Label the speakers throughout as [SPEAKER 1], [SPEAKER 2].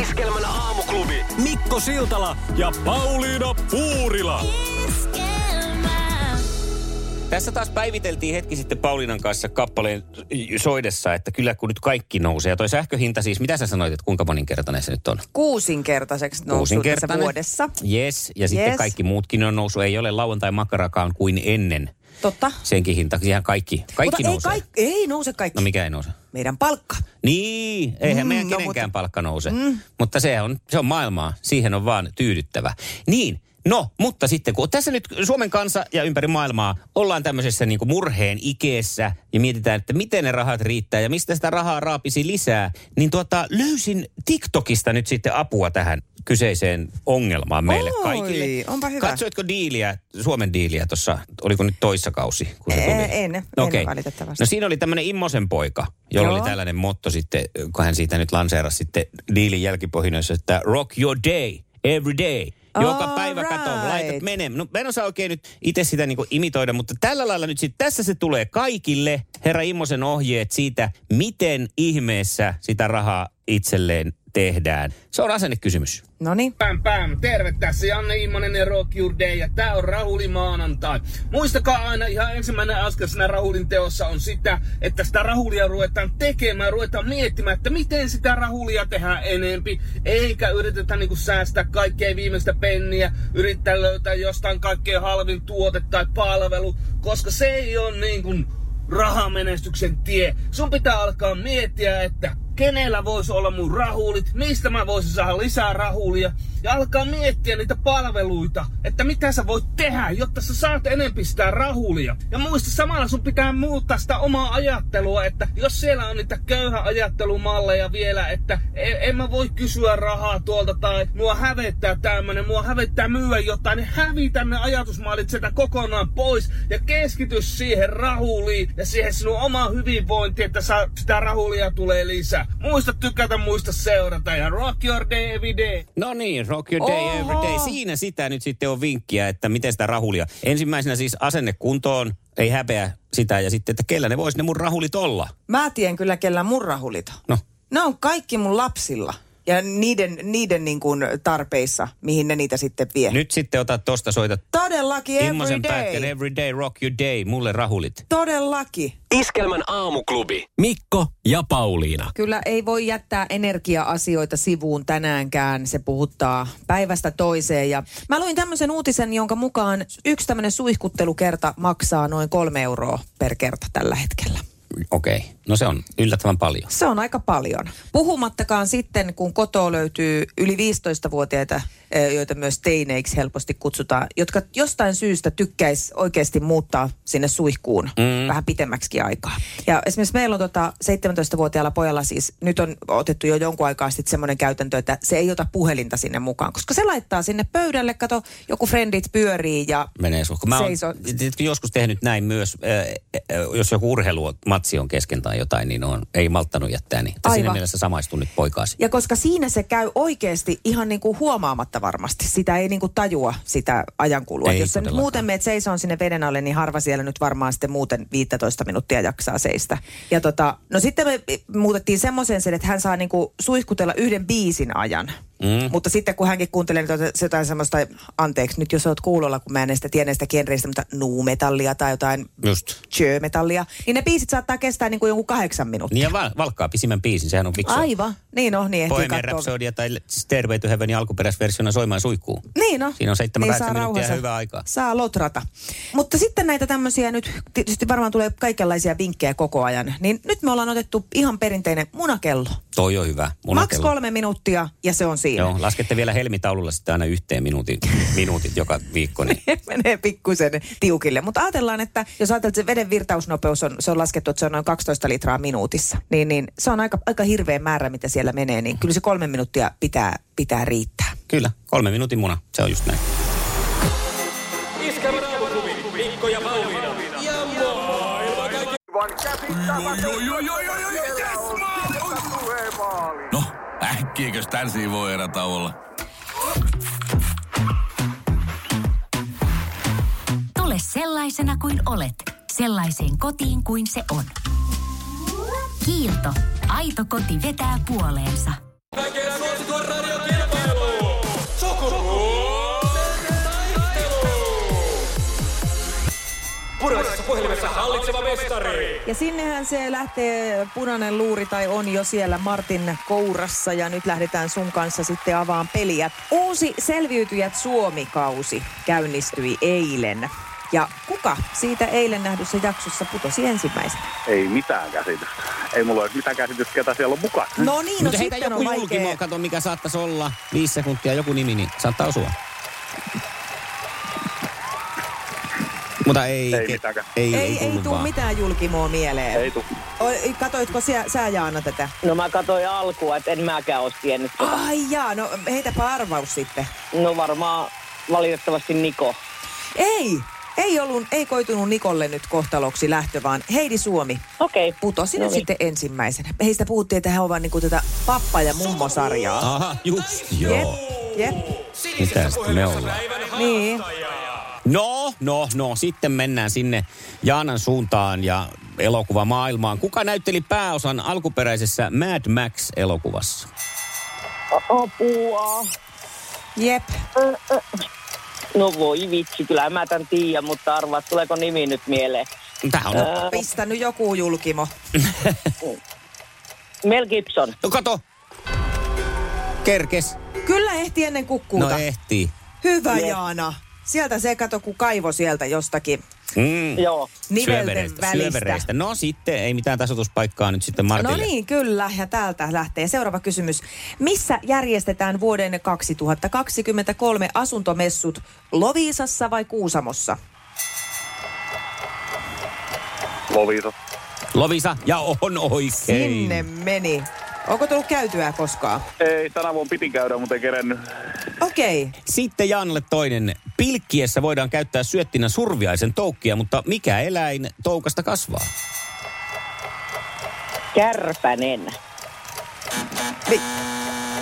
[SPEAKER 1] Iskelmän aamuklubi.
[SPEAKER 2] Mikko Siltala ja Pauliina Puurila.
[SPEAKER 3] Tässä taas päiviteltiin hetki sitten Paulinan kanssa kappaleen soidessa, että kyllä kun nyt kaikki nousee. Ja toi sähköhinta siis, mitä sä sanoit, että kuinka moninkertainen se nyt on?
[SPEAKER 4] Kuusinkertaiseksi noussut tässä
[SPEAKER 3] Kuusinkertainen.
[SPEAKER 4] vuodessa.
[SPEAKER 3] Yes, ja sitten
[SPEAKER 4] Yes.
[SPEAKER 3] kaikki muutkin on noussut. Ei ole lauantai makarakaan kuin ennen
[SPEAKER 4] Totta.
[SPEAKER 3] senkin hinta. Ihan kaikki, kaikki
[SPEAKER 4] Mutta
[SPEAKER 3] nousee.
[SPEAKER 4] Ei, kaik- ei nouse kaikki.
[SPEAKER 3] No mikä ei nouse?
[SPEAKER 4] Meidän palkka.
[SPEAKER 3] Niin, eihän
[SPEAKER 4] Mm,
[SPEAKER 3] meidän
[SPEAKER 4] no Mm.
[SPEAKER 3] kenenkään palkka nouse. Mutta se on, se on maailmaa, siihen on vaan tyydyttävä. Niin, no, mutta sitten kun tässä nyt Suomen kansa ja ympäri maailmaa ollaan tämmöisessä niin kuin murheen ikeessä ja mietitään, että miten ne rahat riittää ja mistä sitä rahaa raapisi lisää, niin tuota, löysin TikTokista nyt sitten apua tähän kyseiseen ongelmaan meille
[SPEAKER 4] Oi,
[SPEAKER 3] kaikille.
[SPEAKER 4] onpa hyvä.
[SPEAKER 3] Katsoitko diiliä, Suomen diiliä tuossa, oliko nyt toissa kausi? Kun se
[SPEAKER 4] Ee,
[SPEAKER 3] tuli?
[SPEAKER 4] en, en
[SPEAKER 3] Okei.
[SPEAKER 4] valitettavasti.
[SPEAKER 3] No siinä oli tämmöinen Immosen poika, jolla
[SPEAKER 4] Niin. Joo.
[SPEAKER 3] oli tällainen motto sitten, kun hän siitä nyt lanseerasi sitten diilin jälkipohjinoissa, että rock your day, every day. Joka
[SPEAKER 4] All
[SPEAKER 3] päivä kato,
[SPEAKER 4] right.
[SPEAKER 3] laitat menemään. No mä en osaa oikein nyt itse sitä niinku imitoida, mutta tällä lailla nyt sitten tässä se tulee kaikille. Herra Immosen ohjeet siitä, miten ihmeessä sitä rahaa itselleen tehdään. Se on asennekysymys.
[SPEAKER 4] No niin.
[SPEAKER 5] Päm päm, terve tässä Janne Immonen ja Rock Your Day ja tää on Rahuli maanantai. Muistakaa aina ihan ensimmäinen askel siinä Rahulin teossa on sitä, että sitä Rahulia ruvetaan tekemään, ruvetaan miettimään, että miten sitä Rahulia tehdään enempi, eikä yritetä niinku säästää kaikkea viimeistä penniä, yrittää löytää jostain kaikkein halvin tuote tai palvelu, koska se ei ole niin kuin rahamenestyksen tie. Sun pitää alkaa miettiä, että kenellä voisi olla mun rahuulit, mistä mä voisin saada lisää rahuulia. Ja alkaa miettiä niitä palveluita, että mitä sä voit tehdä, jotta sä saat enempi sitä rahuulia. Ja muista samalla sun pitää muuttaa sitä omaa ajattelua, että jos siellä on niitä köyhä ajattelumalleja vielä, että e- en mä voi kysyä rahaa tuolta tai mua hävettää tämmönen, mua hävettää myyä jotain, niin hävitä ne ajatusmallit sieltä kokonaan pois ja keskity siihen rahuliin ja siihen sinun omaan hyvinvointiin, että saa, sitä rahulia tulee lisää. Muista tykätä, muista seurata ja rock your day every day.
[SPEAKER 3] No niin, rock your day
[SPEAKER 4] Oho.
[SPEAKER 3] every day. Siinä sitä nyt sitten on vinkkiä, että miten sitä rahulia. Ensimmäisenä siis asenne kuntoon, ei häpeä sitä ja sitten, että kellä ne vois ne mun rahulit olla.
[SPEAKER 4] Mä tiedän kyllä, kellä mun rahulit on.
[SPEAKER 3] No.
[SPEAKER 4] Ne on kaikki mun lapsilla. Ja niiden, niiden niin kuin tarpeissa, mihin ne niitä sitten vie.
[SPEAKER 3] Nyt sitten otat tosta, soitat
[SPEAKER 4] Todellakin every
[SPEAKER 3] Immosen pätkän
[SPEAKER 4] day.
[SPEAKER 3] every day, rock your day, mulle rahulit.
[SPEAKER 4] Todellakin.
[SPEAKER 1] Iskelmän aamuklubi.
[SPEAKER 2] Mikko ja Pauliina.
[SPEAKER 4] Kyllä ei voi jättää energia-asioita sivuun tänäänkään. Se puhuttaa päivästä toiseen. Ja mä luin tämmöisen uutisen, jonka mukaan yksi tämmöinen suihkuttelukerta maksaa noin kolme euroa per kerta tällä hetkellä.
[SPEAKER 3] Okei, okay. no se on yllättävän paljon.
[SPEAKER 4] Se on aika paljon. Puhumattakaan sitten, kun kotoa löytyy yli 15-vuotiaita, eh, joita myös teineiksi helposti kutsutaan, jotka jostain syystä tykkäis oikeasti muuttaa sinne suihkuun mm. vähän pitemmäksi aikaa. Ja esimerkiksi meillä on tota 17-vuotiaalla pojalla siis, nyt on otettu jo jonkun aikaa sitten semmoinen käytäntö, että se ei ota puhelinta sinne mukaan, koska se laittaa sinne pöydälle, kato, joku frendit pyörii ja
[SPEAKER 3] Menee suhko. Mä oon
[SPEAKER 4] Seiso-
[SPEAKER 3] tiedätkö, joskus tehnyt näin myös, äh, äh, jos joku urheilumatsi on kesken tai jotain, niin on, ei malttanut jättää. Niin. Että Siinä
[SPEAKER 4] Aivan.
[SPEAKER 3] mielessä samaistun nyt poikaasi.
[SPEAKER 4] Ja koska siinä se käy oikeasti ihan niin kuin huomaamatta varmasti. Sitä ei niin kuin tajua sitä ajankulua.
[SPEAKER 3] Ei
[SPEAKER 4] Jos sä nyt
[SPEAKER 3] todellakaan.
[SPEAKER 4] muuten meet seisoon sinne veden alle, niin harva siellä nyt varmaan sitten muuten 15 minuuttia jaksaa seistä. Ja tota, no sitten me muutettiin semmoiseen sen, että hän saa niin kuin suihkutella yhden biisin ajan. Mm. Mutta sitten kun hänkin kuuntelee niin tota- se jotain semmoista, anteeksi nyt jos oot kuulolla, kun mä en sitä tiedä sitä genreistä, mutta nuumetallia tai jotain
[SPEAKER 3] Just.
[SPEAKER 4] chö-metallia, niin ne biisit saattaa kestää niin kuin jonkun kahdeksan minuuttia.
[SPEAKER 3] Niin ja val, valkkaa pisimmän biisin, sehän on fiksu.
[SPEAKER 4] Aivan, niin on, niin ehtii
[SPEAKER 3] Bohemian
[SPEAKER 4] katsoa.
[SPEAKER 3] Rhapsodia tai Stairway to Heavenin alkuperäisversiona soimaan suihkuun.
[SPEAKER 4] Niin no.
[SPEAKER 3] Siinä on seitsemän,
[SPEAKER 4] niin
[SPEAKER 3] kahdeksan
[SPEAKER 4] saa
[SPEAKER 3] minuuttia
[SPEAKER 4] rauhansa.
[SPEAKER 3] ja hyvää aikaa.
[SPEAKER 4] Saa lotrata. Mutta sitten näitä tämmöisiä nyt, tietysti varmaan tulee kaikenlaisia vinkkejä koko ajan. Niin nyt me ollaan otettu ihan perinteinen munakello.
[SPEAKER 3] Toi on hyvä.
[SPEAKER 4] Maks
[SPEAKER 3] Munakello.
[SPEAKER 4] kolme minuuttia ja se on siinä.
[SPEAKER 3] Joo, laskette vielä helmitaululla sitten aina yhteen minuutin, minuutit joka viikko. Niin.
[SPEAKER 4] menee pikkusen tiukille. Mutta ajatellaan, että jos ajatellaan, että se veden virtausnopeus on, se on laskettu, että se on noin 12 litraa minuutissa, niin, niin se on aika, aika hirveä määrä, mitä siellä menee, niin kyllä se kolme minuuttia pitää, pitää riittää.
[SPEAKER 3] Kyllä, kolme minuutin muna. Se on just näin.
[SPEAKER 4] Niin,
[SPEAKER 1] Oh,
[SPEAKER 6] No, äkkiäkös tän siinä voi erata olla?
[SPEAKER 7] Tule sellaisena kuin olet, sellaiseen kotiin kuin se on. Kiilto. Aito koti vetää puoleensa.
[SPEAKER 8] Kaikkein suosituen
[SPEAKER 1] Sarjansa hallitseva mestari.
[SPEAKER 4] Ja sinnehän se lähtee punainen luuri tai on jo siellä Martin kourassa ja nyt lähdetään sun kanssa sitten avaan peliä. Uusi selviytyjät Suomi-kausi käynnistyi eilen. Ja kuka siitä eilen nähdyssä jaksossa putosi ensimmäistä?
[SPEAKER 8] Ei mitään käsitystä. Ei mulla ole mitään käsitystä, ketä siellä on mukana.
[SPEAKER 4] No niin, no
[SPEAKER 3] Mutta Mm. heitä
[SPEAKER 4] sitten
[SPEAKER 3] joku
[SPEAKER 4] on
[SPEAKER 3] julkimo,
[SPEAKER 4] vaikea.
[SPEAKER 3] kato mikä saattaisi olla. Viisi sekuntia joku nimi, niin saattaa osua. Mutta ei,
[SPEAKER 8] Ei mitäänkään.
[SPEAKER 3] ei, ei,
[SPEAKER 4] Ei, ei
[SPEAKER 3] tullut
[SPEAKER 4] tule
[SPEAKER 3] vaan.
[SPEAKER 4] mitään julkimoa mieleen.
[SPEAKER 8] Ei tuu.
[SPEAKER 4] Oi, katoitko sä, sä Jaana tätä?
[SPEAKER 9] No mä katsoin alkua, että en mäkään olisi tiennyt.
[SPEAKER 4] Ai jaa, no heitäpä arvaus sitten.
[SPEAKER 9] No varmaan valitettavasti Niko.
[SPEAKER 4] Ei, ei, ollut, ei koitunut Nikolle nyt kohtaloksi lähtö, vaan Heidi Suomi
[SPEAKER 9] Okei.
[SPEAKER 4] putosi
[SPEAKER 3] No
[SPEAKER 4] nyt
[SPEAKER 3] niin.
[SPEAKER 9] Noniin.
[SPEAKER 4] sitten ensimmäisenä. Heistä puhuttiin, että he ovat niinku tätä pappa- ja mummosarjaa.
[SPEAKER 3] Aha, just
[SPEAKER 4] Jep,
[SPEAKER 3] joo.
[SPEAKER 4] jep.
[SPEAKER 3] Mitä sitten me ollaan?
[SPEAKER 4] Niin.
[SPEAKER 3] No, no, no. Sitten mennään sinne Jaanan suuntaan ja elokuvamaailmaan. Kuka näytteli pääosan alkuperäisessä Mad Max-elokuvassa?
[SPEAKER 9] Apua.
[SPEAKER 4] Jep.
[SPEAKER 9] No voi vitsi, kyllä mä tän tiedän, mutta arvaa, tuleeko nimi nyt mieleen.
[SPEAKER 3] Tähän on.
[SPEAKER 4] Pistänyt joku julkimo.
[SPEAKER 9] Mel Gibson.
[SPEAKER 3] No kato. Kerkes.
[SPEAKER 4] Kyllä ehti ennen
[SPEAKER 3] No
[SPEAKER 4] kukkuuta.
[SPEAKER 3] ehtii.
[SPEAKER 4] Hyvä Jaana. Sieltä se kato, kun kaivo sieltä jostakin
[SPEAKER 3] Mm.
[SPEAKER 9] Joo.
[SPEAKER 4] nivelten
[SPEAKER 3] Syövereistä,
[SPEAKER 4] välistä.
[SPEAKER 3] syövereistä. No sitten, ei mitään tasoituspaikkaa nyt sitten Martille.
[SPEAKER 4] No niin, kyllä. Ja täältä lähtee seuraava kysymys. Missä järjestetään vuoden 2023 asuntomessut? Loviisassa vai Kuusamossa?
[SPEAKER 8] Loviisa.
[SPEAKER 3] Lovisa, ja on oikein.
[SPEAKER 4] Sinne meni. Onko tullut käytyä koskaan?
[SPEAKER 8] Ei, tänä vuonna piti käydä, mutta ei kerennyt.
[SPEAKER 4] Okei. Okay.
[SPEAKER 3] Sitten Jaanalle toinen. Pilkkiessä voidaan käyttää syöttinä surviaisen toukkia, mutta mikä eläin toukasta kasvaa?
[SPEAKER 9] Kärpänen.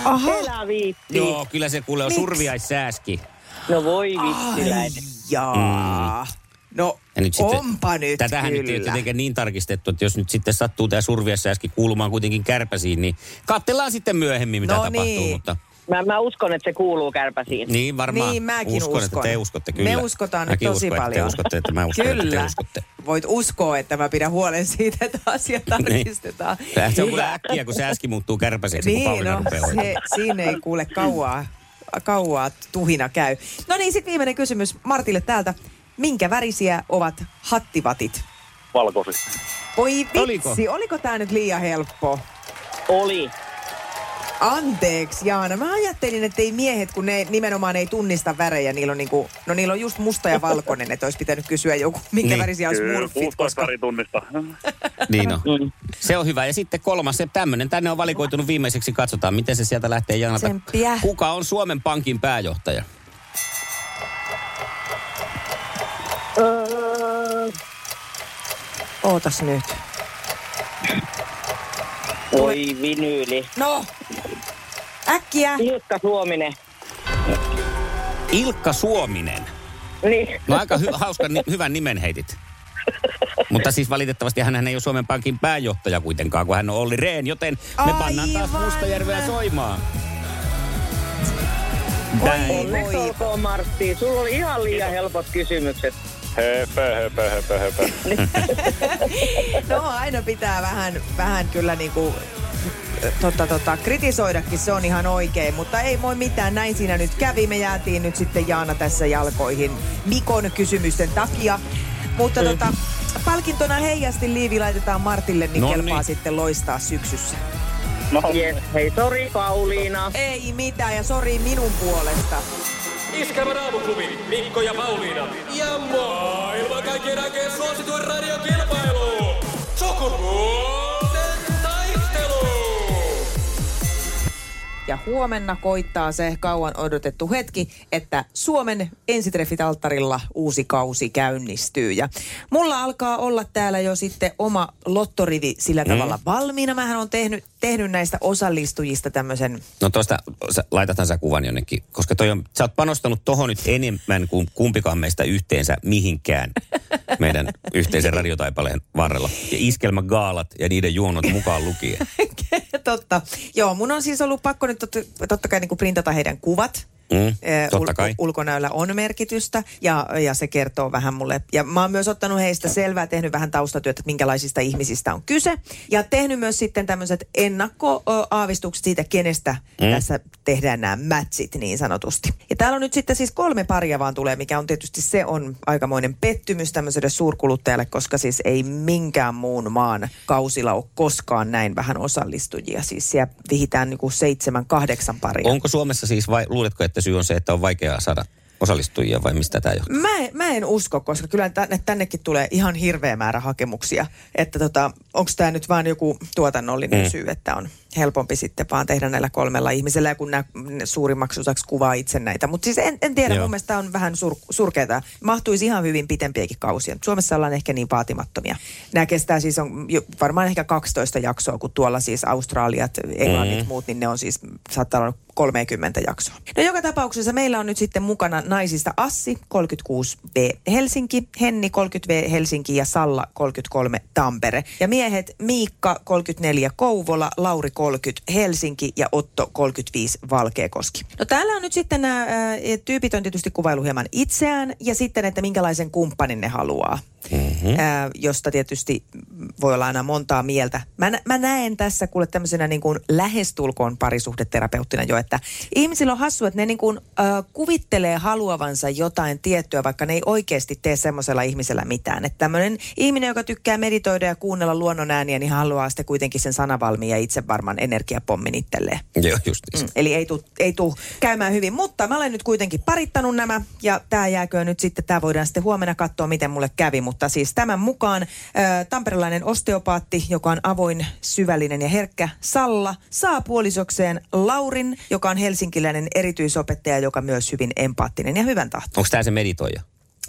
[SPEAKER 4] Aha.
[SPEAKER 9] Elä
[SPEAKER 4] Niin.
[SPEAKER 9] viitti.
[SPEAKER 3] Joo, kyllä se kuulee on
[SPEAKER 4] Miksi?
[SPEAKER 3] surviaissääski.
[SPEAKER 9] No voi vitsiläinen.
[SPEAKER 4] Jaa. No,
[SPEAKER 3] Mm. Ja nyt sitten,
[SPEAKER 4] onpa nyt
[SPEAKER 3] Tätähän
[SPEAKER 4] kyllä.
[SPEAKER 3] nyt ei ole tietenkään niin tarkistettu, että jos nyt sitten sattuu tämä surviaissääski kuulumaan kuitenkin kärpäsiin, niin katsellaan sitten myöhemmin, mitä
[SPEAKER 4] No
[SPEAKER 3] tapahtuu.
[SPEAKER 4] niin.
[SPEAKER 3] Mutta
[SPEAKER 9] Mä, mä uskon, että se kuuluu kärpäsiin.
[SPEAKER 3] Niin varmaan.
[SPEAKER 4] Niin, mäkin
[SPEAKER 3] uskon. että
[SPEAKER 4] uskon.
[SPEAKER 3] te uskotte,
[SPEAKER 4] Me
[SPEAKER 3] kyllä.
[SPEAKER 4] uskotaan nyt tosi
[SPEAKER 3] uskon, Että
[SPEAKER 4] paljon.
[SPEAKER 3] te uskotte, että mä uskon, että te
[SPEAKER 4] Kyllä.
[SPEAKER 3] uskotte.
[SPEAKER 4] Voit uskoa, että mä pidän huolen siitä, että asia tarkistetaan.
[SPEAKER 3] Niin. Tää se on kuule
[SPEAKER 4] Hyvä.
[SPEAKER 3] äkkiä, kun sääski muuttuu kärpäseksi, kun
[SPEAKER 4] Niin,
[SPEAKER 3] Pauliina
[SPEAKER 4] no,
[SPEAKER 3] rupeaa
[SPEAKER 4] se,
[SPEAKER 3] hoitamaan.
[SPEAKER 4] siinä ei kuule kauaa, kauaa tuhina käy. No niin, sitten viimeinen kysymys Martille täältä. Minkä värisiä ovat hattivatit?
[SPEAKER 8] Valkoisin.
[SPEAKER 4] Voi vitsi,
[SPEAKER 3] Oliko?
[SPEAKER 4] oliko, oliko tämä nyt liian helppo?
[SPEAKER 9] Oli.
[SPEAKER 4] Anteeksi, Jaana. Mä ajattelin, että ei miehet, kun ne nimenomaan ei tunnista värejä, niillä on, niinku, no niillä on just musta ja valkoinen, että olisi pitänyt kysyä joku, minkä
[SPEAKER 3] Niin.
[SPEAKER 4] niin. värisiä olisi
[SPEAKER 8] Kyllä,
[SPEAKER 4] murfit,
[SPEAKER 8] 16
[SPEAKER 4] koska...
[SPEAKER 8] väri tunnista.
[SPEAKER 3] Niin on.
[SPEAKER 9] Mm.
[SPEAKER 3] Se on hyvä. Ja sitten kolmas, se tämmöinen. Tänne on valikoitunut viimeiseksi. Katsotaan, miten se sieltä lähtee janata.
[SPEAKER 4] Tsemppiä.
[SPEAKER 3] Kuka on Suomen Pankin pääjohtaja?
[SPEAKER 4] Ootas nyt.
[SPEAKER 9] Voi vinyyli.
[SPEAKER 4] No, äkkiä.
[SPEAKER 9] Ilkka Suominen.
[SPEAKER 3] Ilkka Suominen.
[SPEAKER 9] Niin.
[SPEAKER 3] No aika hy- hauskan, ni- hyvän nimen heitit. Mutta siis valitettavasti hän ei ole Suomen Pankin pääjohtaja kuitenkaan, kun hän on Olli Rehn, joten me pannaan taas
[SPEAKER 4] Aivan.
[SPEAKER 3] Mustajärveä soimaan.
[SPEAKER 4] Oi,
[SPEAKER 9] Onneksi
[SPEAKER 4] voi.
[SPEAKER 9] olkoon Martti. Sulla oli ihan liian helpot kysymykset.
[SPEAKER 8] Hepö, hepö, hepö, hepö.
[SPEAKER 4] No aina pitää vähän, vähän kyllä niinku, totta, totta, kritisoidakin, se on ihan oikein, mutta ei voi mitään, näin siinä nyt kävi. Me jäätiin nyt sitten Jaana tässä jalkoihin Mikon kysymysten takia, mutta tota, palkintona heijasti liivi laitetaan Martille, niin
[SPEAKER 3] No
[SPEAKER 4] kelpaa
[SPEAKER 3] niin.
[SPEAKER 4] sitten loistaa syksyssä.
[SPEAKER 8] No,
[SPEAKER 9] Yes. Hei, sori Pauliina.
[SPEAKER 4] Ei mitään ja sori minun puolesta.
[SPEAKER 1] Iskävän aamuklubi, Mikko ja Pauliina. Ja maailman kaikkien aikeen suosituen radiokilpailu. Sukupuolten taistelu.
[SPEAKER 4] Ja huomenna koittaa se kauan odotettu hetki, että Suomen ensitreffit alttarilla uusi kausi käynnistyy. Ja mulla alkaa olla täällä jo sitten oma lottorivi sillä tavalla valmiina. Mähän on tehnyt, tehnyt näistä osallistujista tämmöisen,
[SPEAKER 3] No tuosta sä- laitathan sä kuvan jonnekin, koska toi on, sä oot panostanut tohon nyt enemmän kuin kumpikaan meistä yhteensä mihinkään meidän yhteisen radiotaipaleen varrella. Ja iskelmägaalat ja niiden juonot mukaan lukien.
[SPEAKER 4] totta. Joo, mun on siis ollut pakko nyt tot, totta kai niin kuin niinku printata heidän kuvat.
[SPEAKER 3] Mm,
[SPEAKER 4] Ö,
[SPEAKER 3] totta kai.
[SPEAKER 4] ulkonäöllä on merkitystä ja, ja se kertoo vähän mulle. Ja mä oon myös ottanut heistä selvää, tehnyt vähän taustatyötä, että minkälaisista ihmisistä on kyse. Ja tehnyt myös sitten tämmöiset ennakkoaavistukset siitä, kenestä mm. tässä tehdään nämä matchit niin sanotusti. Ja täällä on nyt sitten siis kolme paria vaan tulee, mikä on tietysti se on aikamoinen pettymys tämmöiselle suurkuluttajalle, koska siis ei minkään muun maan kausilla ole koskaan näin vähän osallistujia. Siis siellä vihitään niinku seitsemän, kahdeksan paria.
[SPEAKER 3] Onko Suomessa siis, vai luuletko, että syy on se, että on vaikeaa saada osallistujia vai mistä tämä johtuu?
[SPEAKER 4] Mä, en- mä en usko, koska kyllä tänne, tännekin tulee ihan hirveä määrä hakemuksia. Että tota, onko tämä nyt vaan joku tuotannollinen mm. syy, että on helpompi sitten vaan tehdä näillä kolmella ihmisellä, ja kun nämä suurimmaksi osaksi kuvaa itse näitä. Mutta siis en, en tiedä,
[SPEAKER 3] Joo.
[SPEAKER 4] Joo. mun mielestä tää on vähän sur, surkeata. Mahtuisi ihan hyvin pitempiäkin kausia. Mut Suomessa ollaan ehkä niin vaatimattomia. Nämä kestää siis on jo, varmaan ehkä 12 jaksoa, kun tuolla siis Australiat, Englannit, mm. muut, niin ne on siis, saattaa olla 30 jaksoa. No joka tapauksessa meillä on nyt sitten mukana naisista Assi 36V Helsinki, Henni 30V Helsinki ja Salla 33 Tampere. Ja miehet Miikka 34 Kouvola, Lauri 30 Helsinki ja Otto 35 Valkeakoski. No täällä on nyt sitten nämä ä, tyypit on tietysti kuvailu hieman itseään ja sitten, että minkälaisen kumppanin ne haluaa. Mm-hmm. Ää, josta tietysti voi olla aina montaa mieltä. Mä, nä- mä näen tässä kuule tämmöisenä niin kuin lähestulkoon parisuhdeterapeuttina jo, että ihmisillä on hassu, että ne niin kuin, äh, kuvittelee haluavansa jotain tiettyä, vaikka ne ei oikeasti tee semmoisella ihmisellä mitään. Että tämmöinen ihminen, joka tykkää meditoida ja kuunnella luonnon ääniä, niin haluaa sitten kuitenkin sen sanavalmiin ja itse varman energiapommin itselleen.
[SPEAKER 3] Joo, just niin.
[SPEAKER 4] Mm, eli ei tule ei tuu käymään hyvin, mutta mä olen nyt kuitenkin parittanut nämä ja tämä jääköön nyt sitten, tämä voidaan sitten huomenna katsoa, miten mulle kävi, mutta siis tämän mukaan äh, tamperilainen osteopaatti, joka on avoin, syvällinen ja herkkä Salla, saa puolisokseen Laurin, joka on helsinkiläinen erityisopettaja, joka myös hyvin empaattinen ja hyvän tahto.
[SPEAKER 3] Onko tämä se meditoija?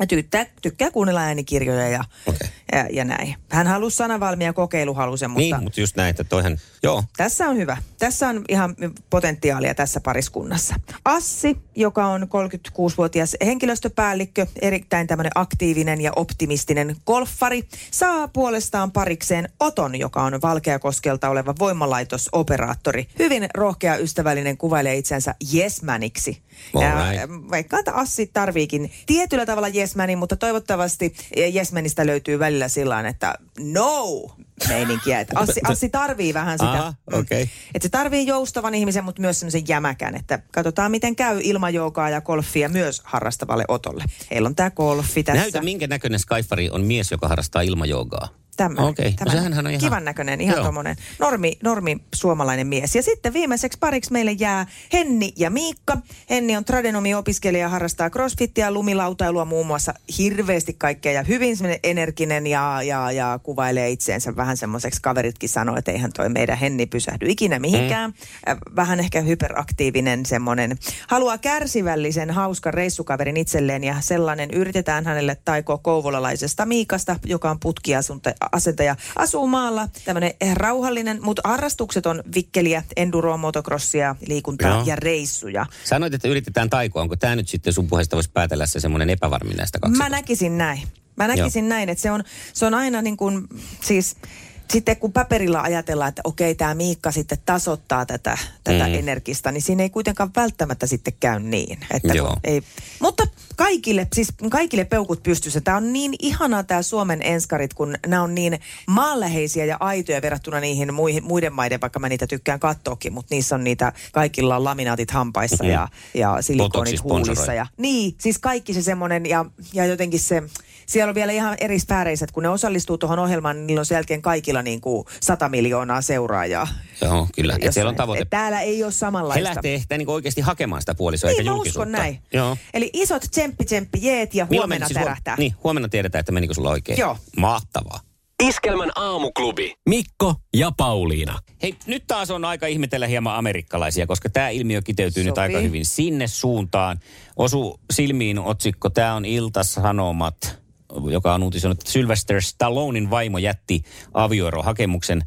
[SPEAKER 4] Tykkää, tykkää kuunnella äänikirjoja ja,
[SPEAKER 3] Okei.
[SPEAKER 4] okay. ja, ja näin. Hän halusi sanavalmia kokeiluhalusen, mutta...
[SPEAKER 3] Niin, mutta just näin, että toihan, joo,
[SPEAKER 4] Tässä on hyvä. Tässä on ihan potentiaalia tässä pariskunnassa. Assi, joka on 36-vuotias henkilöstöpäällikkö, erittäin tämmöinen aktiivinen ja optimistinen golfari, saa puolestaan parikseen Oton, joka on Valkeakoskelta oleva voimalaitosoperaattori. Hyvin rohkea ystävällinen kuvailee itsensä jesmäniksi.
[SPEAKER 3] Alright.
[SPEAKER 4] eh, vaikka että Assi tarviikin tietyllä tavalla jesmänin, mutta toivottavasti jesmänistä löytyy välillä sillä tavalla, että no meininkiä. Että Assi, Assi tarvii vähän sitä.
[SPEAKER 3] Aha, Ah, okei.
[SPEAKER 4] Mm. Et se tarvii joustavan ihmisen, mutta myös semmoisen jämäkän, että katsotaan miten käy ilmajoukaa ja golfia myös harrastavalle otolle. Heillä on tämä golfi tässä.
[SPEAKER 3] Näytä, minkä näköinen Skyfari on mies, joka harrastaa ilmajoogaa.
[SPEAKER 4] Tämä,
[SPEAKER 3] Okei, no
[SPEAKER 4] tämä
[SPEAKER 3] sehän on ihan...
[SPEAKER 4] kivan näköinen, ihan
[SPEAKER 3] Joo.
[SPEAKER 4] tuommoinen normi, normi suomalainen mies. Ja sitten viimeiseksi pariksi meille jää Henni ja Miikka. Henni on tradenomi-opiskelija ja harrastaa crossfittiä, lumilautailua muun muassa hirveästi kaikkea ja hyvin semmoinen energinen ja, ja, ja kuvailee itseensä vähän semmoiseksi. Kaveritkin sanoo, että eihän toi meidän Henni pysähdy ikinä mihinkään. Mm. Vähän ehkä hyperaktiivinen semmoinen. Haluaa kärsivällisen, hauskan reissukaverin itselleen ja sellainen yritetään hänelle taikoa kouvolalaisesta Miikasta, joka on putkiasentaja. Asuu maalla, tämmöinen rauhallinen, mutta harrastukset on vikkeliä, enduroa, motocrossia, liikuntaa
[SPEAKER 3] Joo.
[SPEAKER 4] ja reissuja.
[SPEAKER 3] Sanoit, että yritetään taikoa. Onko tämä nyt sitten sun puheesta voisi päätellä se semmoinen epävarmin näistä kaksi?
[SPEAKER 4] Mä näkisin näin. Mä näkisin Joo. näin, että se on, se on aina niin kuin, siis sitten kun paperilla ajatellaan, että okei, tämä Miikka sitten tasoittaa tätä, tätä mm. energista, niin siinä ei kuitenkaan välttämättä sitten käy niin. Että kun
[SPEAKER 3] Joo.
[SPEAKER 4] ei, mutta kaikille, siis kaikille peukut pystyssä. Tämä on niin ihanaa tämä Suomen enskarit, kun nämä on niin maanläheisiä ja aitoja verrattuna niihin muihin, muiden maiden, vaikka mä niitä tykkään katsoakin, mutta niissä on niitä, kaikilla on laminaatit hampaissa
[SPEAKER 3] Mhm.
[SPEAKER 4] ja, ja
[SPEAKER 3] Botoxi
[SPEAKER 4] silikonit
[SPEAKER 3] sponsoroi.
[SPEAKER 4] huulissa ja niin, siis kaikki se semmoinen ja, ja jotenkin se, siellä on vielä ihan eri sfääreiset, kun ne osallistuu tuohon ohjelmaan, niin niillä on sen jälkeen kaikilla niin kuin 100 miljoonaa seuraajaa.
[SPEAKER 3] Joo, kyllä. Et siellä on
[SPEAKER 4] Jossain.
[SPEAKER 3] tavoite.
[SPEAKER 4] Et täällä ei ole
[SPEAKER 3] He
[SPEAKER 4] samanlaista.
[SPEAKER 3] lähtee ehkä niin oikeasti hakemaan sitä puolisoa,
[SPEAKER 4] niin,
[SPEAKER 3] eikä
[SPEAKER 4] mä uskon
[SPEAKER 3] julkisuutta.
[SPEAKER 4] näin.
[SPEAKER 3] Joo.
[SPEAKER 4] Eli isot tsemppi, tsemppi, jeet ja
[SPEAKER 3] Milloin
[SPEAKER 4] huomenna
[SPEAKER 3] me- huom-
[SPEAKER 4] tärähtää.
[SPEAKER 3] Niin, huomenna tiedetään, että menikö sulla oikein.
[SPEAKER 4] Joo.
[SPEAKER 3] Mahtavaa.
[SPEAKER 1] Iskelmän aamuklubi.
[SPEAKER 2] Mikko ja Pauliina.
[SPEAKER 3] Hei, nyt taas on aika ihmetellä hieman amerikkalaisia, koska tämä ilmiö kiteytyy nyt
[SPEAKER 4] Sopii.
[SPEAKER 3] aika hyvin sinne suuntaan. Osu silmiin otsikko, tämä on Ilta-Sanomat, joka on uutisoinut, että Sylvester Stallonein vaimo jätti avioerohakemuksen.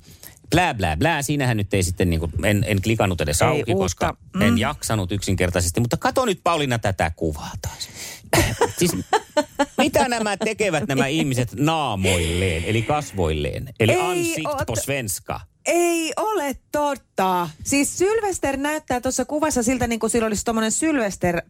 [SPEAKER 3] Blää, blää, blää. Siinähän nyt ei sitten, niin kuin, en, en klikannut edes
[SPEAKER 4] Ei
[SPEAKER 3] auki,
[SPEAKER 4] uutta.
[SPEAKER 3] koska mm. en jaksanut yksinkertaisesti. Mutta kato nyt Pauliina tätä kuvaa taas. siis, mitä nämä tekevät nämä ihmiset naamoilleen, eli kasvoilleen? Eli
[SPEAKER 4] Ei
[SPEAKER 3] ansikto
[SPEAKER 4] oot-
[SPEAKER 3] svenska.
[SPEAKER 4] Ei ole totta. naurattaa. Siis Sylvester näyttää tuossa kuvassa siltä, niin kuin sillä olisi tuommoinen Sylvester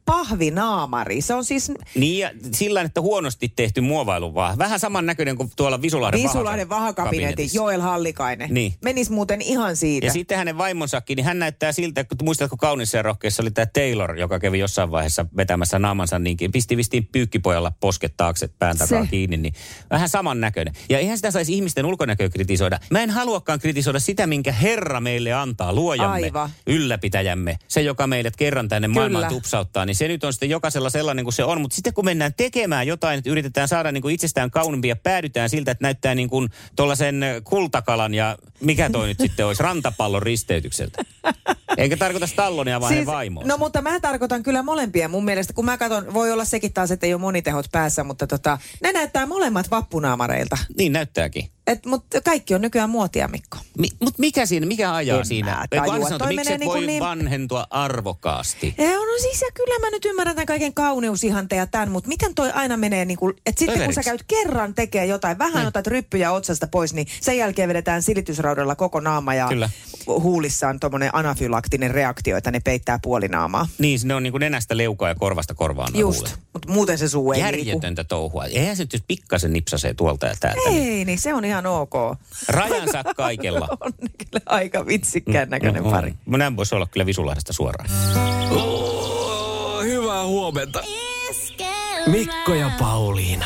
[SPEAKER 4] pahvinaamari. Se on siis
[SPEAKER 3] Niin ja sillä että huonosti tehty muovailu vaan. Vähän saman näköinen kuin tuolla Visulahden,
[SPEAKER 4] Visulahden
[SPEAKER 3] vahakan-
[SPEAKER 4] vahakabinetin,
[SPEAKER 3] kabinetissa.
[SPEAKER 4] Joel Hallikainen.
[SPEAKER 3] Niin.
[SPEAKER 4] Menis muuten ihan siitä.
[SPEAKER 3] Ja sitten hänen vaimonsakin, niin hän näyttää siltä, kun muistatko kaunissa ja rohkeissa oli tämä Taylor, joka kävi jossain vaiheessa vetämässä naamansa, niin pisti vistiin pyykkipojalla posket taakse pään takaa
[SPEAKER 4] Se.
[SPEAKER 3] kiinni, niin vähän saman näköinen. Ja eihän sitä saisi ihmisten ulkonäköä kritisoida. Mä en haluakaan kritisoida sitä, minkä Herra meille antaa, luojamme,
[SPEAKER 4] Aivan.
[SPEAKER 3] ylläpitäjämme. Se, joka meidät kerran tänne
[SPEAKER 4] Kyllä.
[SPEAKER 3] maailmaan tupsauttaa, niin se nyt on sitten jokaisella sellainen kuin se on. Mutta sitten kun mennään tekemään jotain, että yritetään saada niin kuin itsestään kauniimpia, päädytään siltä, että näyttää niin kuin tuollaisen kultakalan ja mikä toi nyt sitten olisi, rantapallon risteytykseltä. Eikä tarkoita Stallonia, vaan siis, vaimoa.
[SPEAKER 4] No mutta mä tarkoitan kyllä molempia mun mielestä, kun mä katson, voi olla sekin taas, että ei ole monitehot päässä, mutta tota, ne näyttää molemmat vappunaamareilta.
[SPEAKER 3] Niin näyttääkin.
[SPEAKER 4] Et, mutta kaikki on nykyään muotia, Mikko.
[SPEAKER 3] Mi- Mutta mikä siinä, mikä ajaa
[SPEAKER 4] En
[SPEAKER 3] siinä?
[SPEAKER 4] mä
[SPEAKER 3] Ei, kun aina
[SPEAKER 4] tajua.
[SPEAKER 3] sanotaan,
[SPEAKER 4] Toi
[SPEAKER 3] miksi
[SPEAKER 4] menee
[SPEAKER 3] et
[SPEAKER 4] niinku
[SPEAKER 3] voi
[SPEAKER 4] niin-
[SPEAKER 3] vanhentua arvokkaasti?
[SPEAKER 4] Ei, no siis ja kyllä mä nyt ymmärrän tämän kaiken kauneusihanteen ja tämän, mutta miten toi aina menee niin kuin, että sitten kun sä
[SPEAKER 3] Överiksi. Niin.
[SPEAKER 4] käyt kerran tekee jotain, vähän otat ryppyjä otsasta pois, niin sen jälkeen vedetään silitysraudalla koko naama ja
[SPEAKER 3] Kyllä.
[SPEAKER 4] huulissa on tommonen anafylaktinen reaktio, että ne peittää puolinaamaa.
[SPEAKER 3] Niin, ne on niin kuin nenästä leukaa ja korvasta korvaan. ne
[SPEAKER 4] Just,
[SPEAKER 3] huulet.
[SPEAKER 4] mutta muuten se suu ei liiku.
[SPEAKER 3] Järjetöntä touhua. Eihän se nyt jos pikkasen nipsasee tuolta ja täältä. Niin
[SPEAKER 4] Ei, niin se on ihan ok.
[SPEAKER 3] rajansa kaikella.
[SPEAKER 4] On ne kyllä aika vitsikkään näköinen
[SPEAKER 3] on.
[SPEAKER 4] pari.
[SPEAKER 3] No, Nämä voisi olla kyllä Visulahdesta suoraan.
[SPEAKER 1] Oh, hyvää huomenta. Mikko ja Pauliina.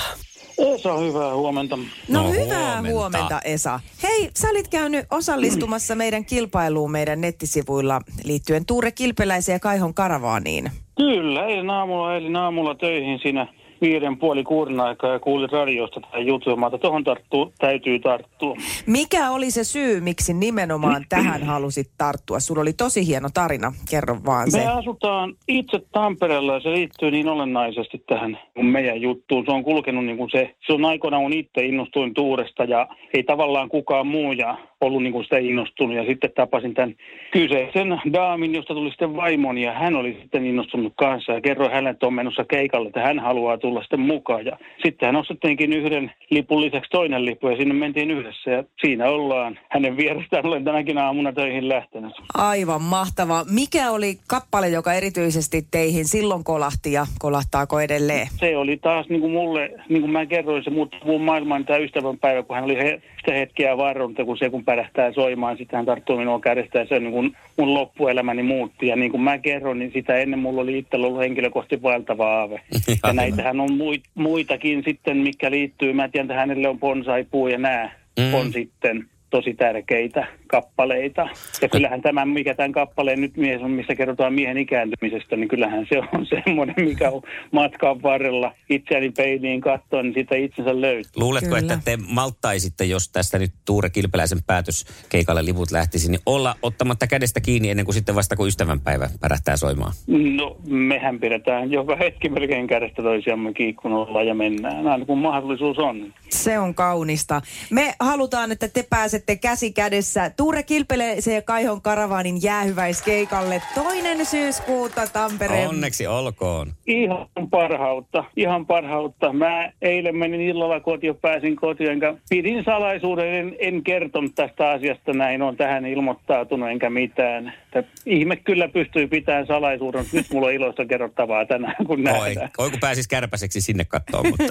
[SPEAKER 8] Esa, hyvää huomenta.
[SPEAKER 4] No,
[SPEAKER 3] No,
[SPEAKER 4] hyvää huomenta.
[SPEAKER 3] huomenta.
[SPEAKER 4] Esa. Hei, sä olit käynyt osallistumassa meidän kilpailuun meidän nettisivuilla liittyen Tuure Kilpeläisen ja Kaihon Karavaaniin.
[SPEAKER 8] Kyllä, eilen aamulla, eilen aamulla töihin siinä viiden puoli kuuden aikaa ja kuulin radiosta tai jutun, että tuohon tarttuu, täytyy tarttua.
[SPEAKER 4] Mikä oli se syy, miksi nimenomaan tähän halusit tarttua? Sulla oli tosi hieno tarina, kerro vaan se.
[SPEAKER 8] Me asutaan itse Tampereella ja se liittyy niin olennaisesti tähän mun meidän juttuun. Se on kulkenut niin kuin se, silloin aikoina kun itse innostuin Tuuresta ja ei tavallaan kukaan muu ja ollut niin kuin sitä innostunut. Ja sitten tapasin tämän kyseisen daamin, josta tuli sitten vaimoni ja hän oli sitten innostunut kanssa ja kerroin hänelle, että on menossa keikalle, että hän haluaa tulla sitten mukaan. Ja sitten hän ostettiinkin yhden lipun lisäksi toinen lipu ja sinne mentiin yhdessä ja siinä ollaan. Hänen vierestään olen tänäkin aamuna töihin lähtenyt.
[SPEAKER 4] Aivan mahtavaa. Mikä oli kappale, joka erityisesti teihin silloin kolahti ja kolahtaako edelleen?
[SPEAKER 8] se oli taas niin kuin mulle, niin kuin mä kerroin, se muutti mun maailman tämä ystävänpäivä, kun hän oli he, sitä hetkeä varronnut, ja kun se kun pärähtää soimaan, sitten hän tarttuu minua kädestä ja se niin kuin mun loppuelämäni muutti. Ja niin kuin mä kerroin, niin sitä ennen mulla oli itsellä ollut henkilökohtaisesti vaeltava aave. Ja näitähän on muit, muitakin sitten, mikä liittyy. Mä tiedän, että hänelle on bonsaipuu ja nämä mm. on sitten tosi tärkeitä kappaleita. Ja kyllähän tämä, mikä tämän kappaleen nyt mies on, missä kerrotaan miehen ikääntymisestä, niin kyllähän se on semmoinen, mikä on matkan varrella itseäni peiliin katsoen, niin sitä itsensä löytyy.
[SPEAKER 3] Luuletko,
[SPEAKER 4] Kyllä.
[SPEAKER 3] että te malttaisitte, jos tästä nyt Tuure Kilpeläisen päätös keikalle liput lähtisi, niin olla ottamatta kädestä kiinni ennen kuin sitten vasta kun ystävänpäivä pärähtää soimaan?
[SPEAKER 8] No, mehän pidetään joka hetki melkein kädestä toisiamme kiinni, kun ollaan ja mennään, aina kun mahdollisuus on.
[SPEAKER 4] Se on kaunista. Me halutaan, että te pääsette käsi kädessä Tuure Kilpeleisen ja Kaihon Karavaanin jäähyväiskeikalle toinen syyskuuta Tampereen.
[SPEAKER 3] Onneksi olkoon.
[SPEAKER 8] Ihan parhautta, ihan parhautta. Mä eilen menin illalla kotiin, pääsin kotiin, enkä pidin salaisuuden, en, en kertonut tästä asiasta näin, on tähän ilmoittautunut enkä mitään. Että ihme kyllä pystyy pitämään salaisuuden, mutta nyt mulla on iloista kerrottavaa tänään, kun
[SPEAKER 3] Oi,
[SPEAKER 8] nähdään.
[SPEAKER 3] oi kun pääsis kärpäseksi sinne kattoon, mutta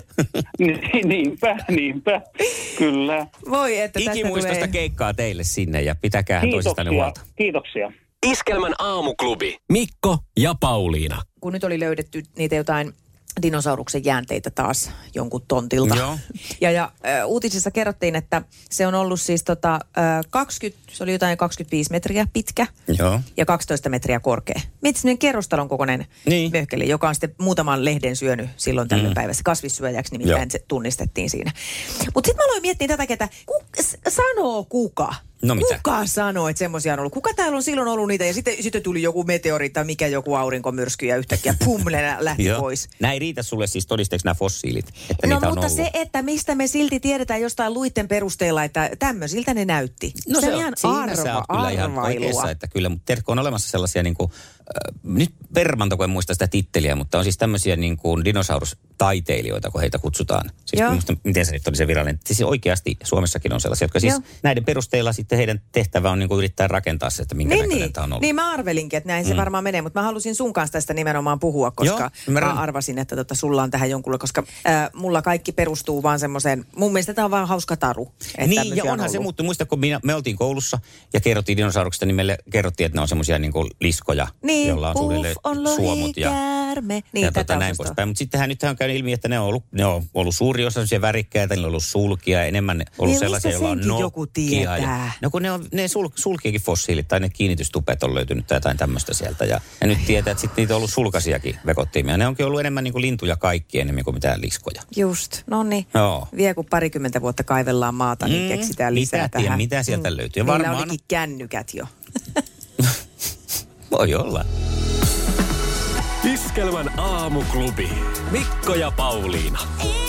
[SPEAKER 8] Niin, niinpä, niinpä, kyllä.
[SPEAKER 4] Voi, että tästä
[SPEAKER 3] ikimuistosta
[SPEAKER 4] tulee...
[SPEAKER 3] keikkaa teille sinne ja pitäkää toisistanne
[SPEAKER 8] Kiitoksia,
[SPEAKER 3] huolta.
[SPEAKER 8] kiitoksia.
[SPEAKER 1] Iskelmän aamuklubi.
[SPEAKER 2] Mikko ja Pauliina.
[SPEAKER 4] kun nyt oli löydetty niitä jotain dinosauruksen jäänteitä taas jonkun tontilta.
[SPEAKER 3] Joo.
[SPEAKER 4] Ja, ja ö, uutisissa kerrottiin, että se on ollut siis tota, ö, 20, se oli jotain 25 metriä pitkä
[SPEAKER 3] Joo.
[SPEAKER 4] ja 12 metriä korkea. Mietit semmoinen kerrostalon kokoinen
[SPEAKER 3] Niin.
[SPEAKER 4] möhkeli, joka on sitten muutaman lehden syönyt silloin tällöin mm. päivässä. Kasvissyöjäksi nimittäin
[SPEAKER 3] Joo.
[SPEAKER 4] se tunnistettiin siinä. Mutta sitten mä aloin miettiä tätä, ketä ku, s- sanoo kuka.
[SPEAKER 3] No mitä?
[SPEAKER 4] Kuka sanoo, että semmoisia on ollut? Kuka täällä on silloin ollut niitä? Ja sitten, sitten tuli joku meteori tai mikä joku aurinkomyrsky ja yhtäkkiä pum, ne lähti
[SPEAKER 3] Joo.
[SPEAKER 4] pois.
[SPEAKER 3] Nämä ei riitä sulle siis todisteeksi nämä fossiilit, että
[SPEAKER 4] no
[SPEAKER 3] niitä on
[SPEAKER 4] mutta
[SPEAKER 3] ollut.
[SPEAKER 4] se, että mistä me silti tiedetään jostain luitten perusteella, että tämmöisiltä ne näytti.
[SPEAKER 3] No
[SPEAKER 4] se,
[SPEAKER 3] se
[SPEAKER 4] on
[SPEAKER 3] on,
[SPEAKER 4] ihan
[SPEAKER 3] siinä
[SPEAKER 4] arva,
[SPEAKER 3] sä oot kyllä ihan
[SPEAKER 4] arvailua.
[SPEAKER 3] oikeassa, että kyllä, mutta Terkko on olemassa sellaisia niin kuin äh, nyt Vermanto, kun en muista sitä titteliä, mutta on siis tämmöisiä niin kuin dinosaurustaiteilijoita, kun heitä kutsutaan. Siis
[SPEAKER 4] Joo.
[SPEAKER 3] Joo. Musta, miten se nyt oli se virallinen. Siis oikeasti Suomessakin on sellaisia, jotka siis
[SPEAKER 4] Joo.
[SPEAKER 3] Joo. näiden perusteella sitten heidän tehtävä on niin kuin yrittää rakentaa se, että minkä niin,
[SPEAKER 4] Niin,
[SPEAKER 3] näköinen
[SPEAKER 4] niin.
[SPEAKER 3] tämä on ollut.
[SPEAKER 4] niin mä arvelinkin, että näin mm. se varmaan menee, mutta mä halusin sun kanssa tästä nimenomaan puhua, koska
[SPEAKER 3] Joo,
[SPEAKER 4] Joo,
[SPEAKER 3] ymmärrän.
[SPEAKER 4] mä arvasin, että tota, sulla on tähän jonkulla, koska äh, mulla kaikki perustuu vaan semmoiseen, mun mielestä tämä on vaan hauska taru. Että
[SPEAKER 3] Niin, ja
[SPEAKER 4] tämmöisiä on
[SPEAKER 3] onhan se
[SPEAKER 4] ollut.
[SPEAKER 3] muuttu. Muista, kun minä, me oltiin koulussa ja kerrottiin dinosauruksista, niin meille kerrottiin, että ne on semmoisia niin kuin liskoja,
[SPEAKER 4] Niin,
[SPEAKER 3] joilla on
[SPEAKER 4] puff,
[SPEAKER 3] suunnilleen
[SPEAKER 4] on
[SPEAKER 3] suomut ja,
[SPEAKER 4] lohikäärme. Niin,
[SPEAKER 3] ja
[SPEAKER 4] tätä
[SPEAKER 3] tota, näin
[SPEAKER 4] osastoa.
[SPEAKER 3] poispäin. Mutta sittenhän nythän on käynyt ilmi, että ne on ollut, ne on ollut suuri osa semmoisia värikkäitä, niillä on ollut sulkia ja enemmän ne on ollut
[SPEAKER 4] Niin,
[SPEAKER 3] sellaisia,
[SPEAKER 4] mistä
[SPEAKER 3] joilla on
[SPEAKER 4] senkin joku
[SPEAKER 3] nokkia. Ja,
[SPEAKER 4] tietää?
[SPEAKER 3] no kun ne, on, ne sul, sulkiakin fossiilit tai ne kiinnitystupet on löytynyt tai jotain tämmöistä sieltä. Ja, ja nyt tietää, että sitten niitä on ollut sulkasiakin vekottiimia. Ne onkin ollut enemmän niin kuin lintuja kaikki enemmän kuin mitään liskoja.
[SPEAKER 4] Just, no niin.
[SPEAKER 3] Joo.
[SPEAKER 4] Vie kun parikymmentä vuotta kaivellaan maata, niin
[SPEAKER 3] Mm,
[SPEAKER 4] keksitään lisää
[SPEAKER 3] mitä
[SPEAKER 4] tähän. Mm.
[SPEAKER 3] tiedä, mitä sieltä löytyy. Ja
[SPEAKER 4] Niillä
[SPEAKER 3] varmaan-
[SPEAKER 4] olikin kännykät jo.
[SPEAKER 3] Voi olla.
[SPEAKER 2] Iskelmän aamuklubi. Mikko ja Pauliina.
[SPEAKER 7] Iskelmä.